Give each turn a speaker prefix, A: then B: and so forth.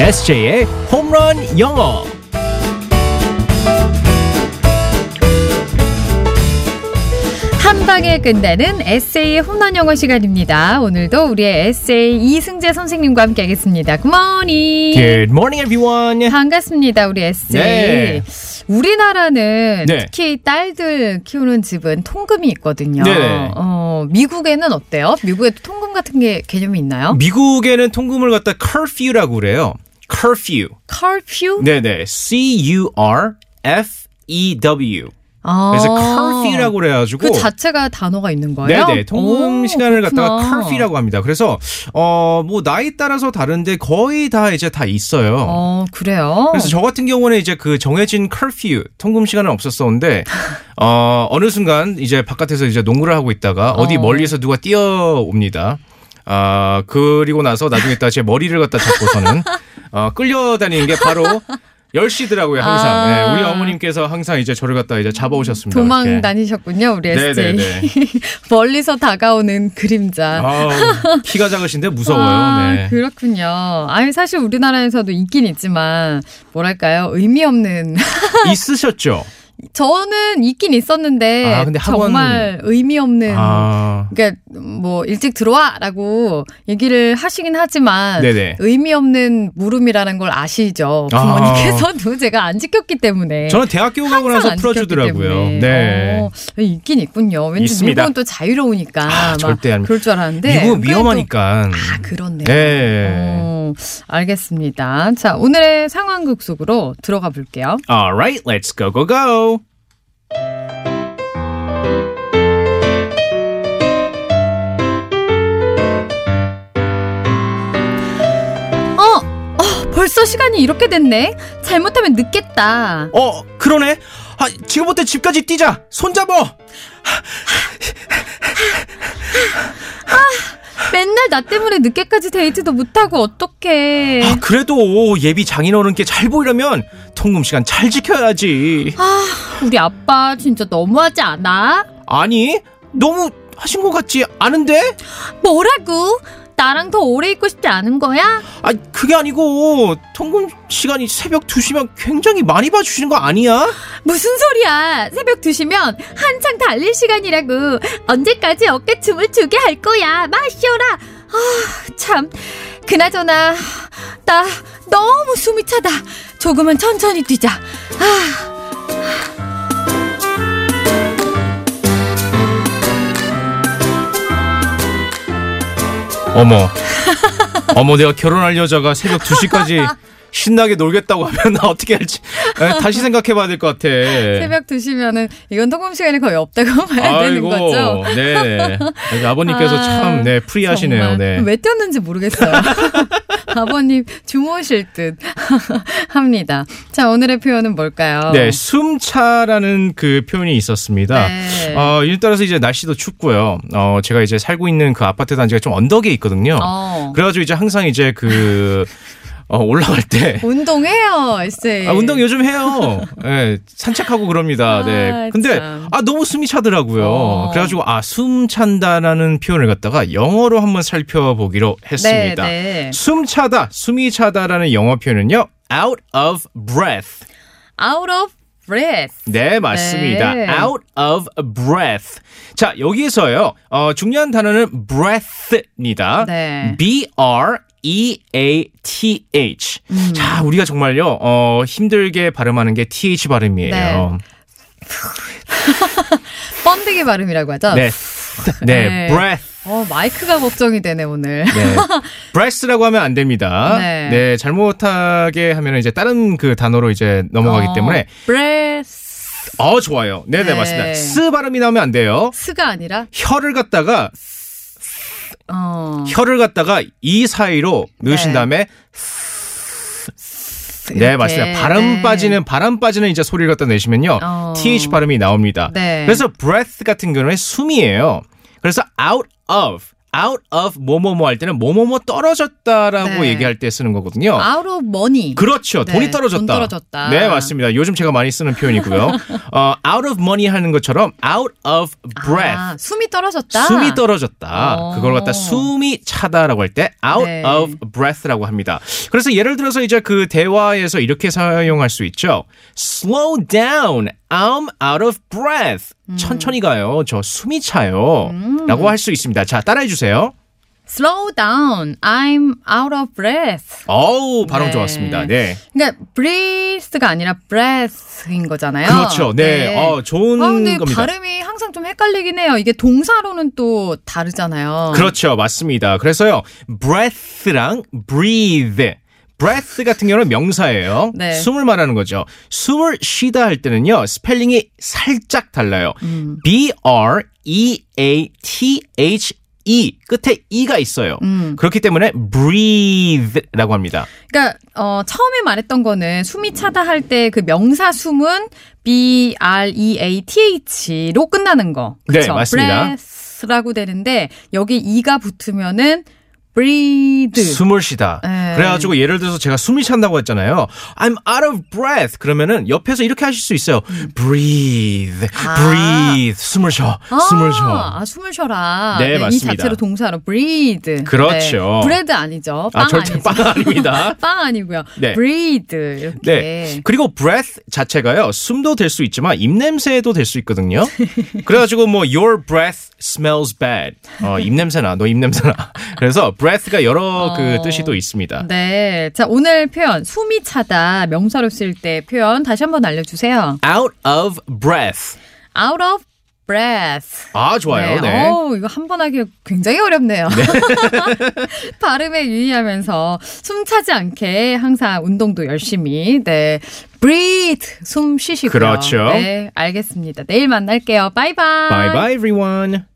A: SJ의 홈런 영어.
B: 한 방에 끝내는 에세이의 홈런 영어 시간입니다. 오늘도 우리의 에세이 이승재 선생님과 함께하겠습니다. 굿모닝.
A: Good morning, everyone.
B: 반갑습니다, 우리 에세이.
A: 예. 네.
B: 우리나라는
A: 네.
B: 특히 딸들 키우는 집은 통금이 있거든요.
A: 네.
B: 어, 미국에는 어때요? 미국에도 통금 같은 게 개념이
A: 음.
B: 있나요?
A: 미국에는 통금을 갖다 curfew라고 그래요. curfew.
B: curfew?
A: 네네. C U R F E W.
B: 아.
A: 그래서 curfew라고 그래가지고.
B: 그 자체가 단어가 있는 거예요?
A: 네네 통금
B: 오,
A: 시간을 갖다가
B: 그렇구나.
A: curfew라고 합니다. 그래서 어 뭐 나이 따라서 다른데 거의 다 이제 다 있어요.
B: 어, 그래요.
A: 그래서 저 같은 경우는 이제 그 정해진 curfew 통금 시간은 없었었는데 어 어느 순간 이제 바깥에서 이제 농구를 하고 있다가 어디
B: 어.
A: 멀리서 누가 뛰어옵니다. 아 그리고 나서 나중에 다 제 머리를 갖다 잡고서는 어 끌려다니는 게 바로 10시더라고요, 항상.
B: 아.
A: 네, 우리 어머님께서 항상 이제 저를 갖다 이제 잡아오셨습니다.
B: 도망
A: 이렇게.
B: 다니셨군요, 우리
A: 네,
B: 에세이.
A: 네,
B: 멀리서 다가오는 그림자.
A: 아우, 키가 작으신데 무서워요.
B: 아,
A: 네.
B: 그렇군요. 아니, 사실 우리나라에서도 있긴 있지만, 뭐랄까요, 의미 없는.
A: 있으셨죠?
B: 저는 있긴 있었는데,
A: 아, 근데 학원-
B: 정말 의미 없는.
A: 아.
B: 그러니까 뭐 일찍 들어와라고 얘기를 하시긴 하지만
A: 네네.
B: 의미 없는 물음이라는 걸 아시죠 부모님께서도 제가 안 지켰기 때문에
A: 저는 대학교 가고
B: 네. 항상
A: 나서
B: 안
A: 풀어주더라고요.
B: 지켰기 때문에.
A: 네.
B: 어, 있긴 있군요. 왠지
A: 있습니다.
B: 미국은 또 자유로우니까
A: 아,
B: 막
A: 절대 안-
B: 그럴 줄 알았는데
A: 미국은
B: 네, 그래도-
A: 위험하니까.
B: 아 그렇네요.
A: 음. 네.
B: 어, 알겠습니다. 자 오늘의 상황극 속으로 들어가 볼게요.
A: All right, let's go, go, go.
B: 어, 어, 벌써 시간이 이렇게 됐네. 잘못하면 늦겠다.
A: 어, 그러네. 아, 지금부터 집까지 뛰자. 손잡어.
B: 맨날 나 때문에 늦게까지 데이트도 못하고 어떡해.
A: 아, 그래도 예비 장인어른께 잘 보이려면 통금 시간 잘 지켜야지.
B: 아, 우리 아빠 진짜 너무하지 않아?
A: 아니, 너무 하신 것 같지 않은데?
B: 뭐라고? 나랑 더 오래 있고 싶지 않은 거야?
A: 아, 그게 아니고 통금 시간이 새벽 2시면 굉장히 많이 봐주시는 거 아니야?
B: 무슨 소리야? 새벽 2시면 한창 달릴 시간이라고. 언제까지 어깨춤을 추게 할 거야? 마셔라. 아, 참. 그나저나, 나 너무 숨이 차다. 조금은 천천히 뛰자. 아,
A: 어머. 어머, 내가 결혼할 여자가 새벽 2시까지 신나게 놀겠다고 하면 나 어떻게 할지 에, 다시 생각해 봐야 될 것 같아.
B: 새벽 2시면은 이건 통금 시간이 거의 없다고 봐야
A: 네.
B: 되는
A: 아이고,
B: 거죠?
A: 네. 아니, 아버님께서
B: 아,
A: 참, 네, 프리하시네요.
B: 정말.
A: 네.
B: 왜 뛰었는지 모르겠어요. 아버님 주무실 듯 합니다. 자, 오늘의 표현은 뭘까요?
A: 네, 숨차라는 그 표현이 있었습니다.
B: 네.
A: 어, 이에 따라서 이제 날씨도 춥고요. 어, 제가 이제 살고 있는 그 아파트 단지가 좀 언덕에 있거든요.
B: 어.
A: 그래가지고 이제 항상 이제 그, 어, 올라갈 때.
B: 운동해요, 에세이.
A: 아, 운동 요즘 해요. 예, 산책하고 그럽니다.
B: 네. 아,
A: 네. 근데,
B: 참.
A: 아, 너무 숨이 차더라고요.
B: 어.
A: 그래가지고, 아, 숨 찬다라는 표현을 갖다가 영어로 한번 살펴보기로
B: 네,
A: 했습니다.
B: 네.
A: 숨 차다, 숨이 차다라는 영어 표현은요. out of breath.
B: Out of breath.
A: 네, 맞습니다.
B: 네.
A: out of breath. 자, 여기에서요. 어, 중요한 단어는 breath입니다.
B: 네.
A: B R E A T H. 자, 우리가 정말요. 어, 힘들게 발음하는 게 TH 발음이에요.
B: 번데기 발음이라고 하죠?
A: 네. 네,
B: 네.
A: breath.
B: 어, 마이크가 걱정이 되네, 오늘.
A: 네. breath라고 하면 안 됩니다.
B: 네.
A: 잘못하게 하면 이제 다른 그 단어로 이제 넘어가기
B: 어,
A: 때문에
B: breath.
A: 어 좋아요. 네네
B: 네.
A: 맞습니다. 쓰 발음이 나오면 안 돼요.
B: 스가 아니라,
A: 혀를 갖다가
B: 어.
A: 혀를 갖다가 이 사이로 넣으신
B: 네.
A: 다음에
B: 이렇게.
A: 네 맞습니다. 바람
B: 네.
A: 빠지는 바람 빠지는 이제 소리를 갖다 내시면요
B: 어.
A: th 발음이 나옵니다.
B: 네.
A: 그래서 breath 같은 경우에 숨이에요. 그래서 out of out of 뭐뭐뭐 할 때는 뭐뭐뭐 떨어졌다라고
B: 네.
A: 얘기할 때 쓰는 거거든요.
B: out of money.
A: 그렇죠.
B: 네,
A: 돈이 떨어졌다.
B: 돈 떨어졌다.
A: 네, 맞습니다. 요즘 제가 많이 쓰는 표현이고요. 어, out of money 하는 것처럼 out of breath.
B: 아, 숨이 떨어졌다.
A: 숨이 떨어졌다.
B: 어.
A: 그걸 갖다 숨이 차다라고 할 때 out
B: 네.
A: of breath라고 합니다. 그래서 예를 들어서 이제 그 대화에서 이렇게 사용할 수 있죠. slow down. I'm out of breath.
B: 음.
A: 천천히 가요. 저 숨이 차요. 라고 할 수 있습니다. 자, 따라해 주세요.
B: slow down. I'm out of breath.
A: 어우, 발음
B: 네.
A: 좋았습니다. 네.
B: 그러니까 breath가 아니라 breath인 거잖아요.
A: 그렇죠. 네. 어, 좋은
B: 아, 근데
A: 겁니다.
B: 발음이 항상 좀 헷갈리긴 해요. 이게 동사로는 또 다르잖아요.
A: 그렇죠. 맞습니다. 그래서요. breath랑 breathe. breath 같은 경우는 명사예요.
B: 네.
A: 숨을 말하는 거죠. 숨을 쉬다 할 때는요. 스펠링이 살짝 달라요. B R E A T H E 끝에 e가 있어요. 그렇기 때문에 breathe라고 합니다.
B: 그러니까 어, 처음에 말했던 거는 숨이 차다 할 때 그 명사 숨은 B R E A T H로 끝나는 거.
A: 네,
B: 그쵸?
A: 맞습니다.
B: breath라고 되는데 여기 e가 붙으면은 breathe.
A: 숨을 쉬다.
B: 네.
A: 그래가지고 예를 들어서 제가 숨이 찬다고 했잖아요. I'm out of breath. 그러면은 옆에서 이렇게 하실 수 있어요. breathe, breathe. 숨을 쉬어,
B: 아,
A: 숨을 쉬어.
B: 아, 숨을 쉬어라.
A: 네, 맞습니다.
B: 이 자체로 동사로 breathe.
A: 그렇죠.
B: 네, bread 아니죠. 빵
A: 아, 절대
B: 니죠
A: 빵 아닙니다.
B: 빵 아니고요.
A: 네.
B: breathe 이렇게.
A: 네. 그리고 breath 자체가요. 숨도 될 수 있지만 입냄새도 될 수 있거든요. 그래가지고 뭐 your breath smells bad. 어, 입냄새나 너 입냄새나. 그래서 breath가 여러 그
B: 어,
A: 뜻이 또 있습니다.
B: 네. 자, 오늘 표현 숨이 차다 명사로 쓸 때 표현 다시 한번 알려 주세요.
A: out of breath.
B: out of breath.
A: 아 좋아요. 네.
B: 어우, 이거 한 번 하기 굉장히 어렵네요. 발음에 유의하면서 숨 차지 않게 항상 운동도 열심히, 네. breathe, 숨 쉬시고요.
A: 그렇죠.
B: 네, 알겠습니다. 내일 만날게요. 바이바이.
A: Bye bye everyone.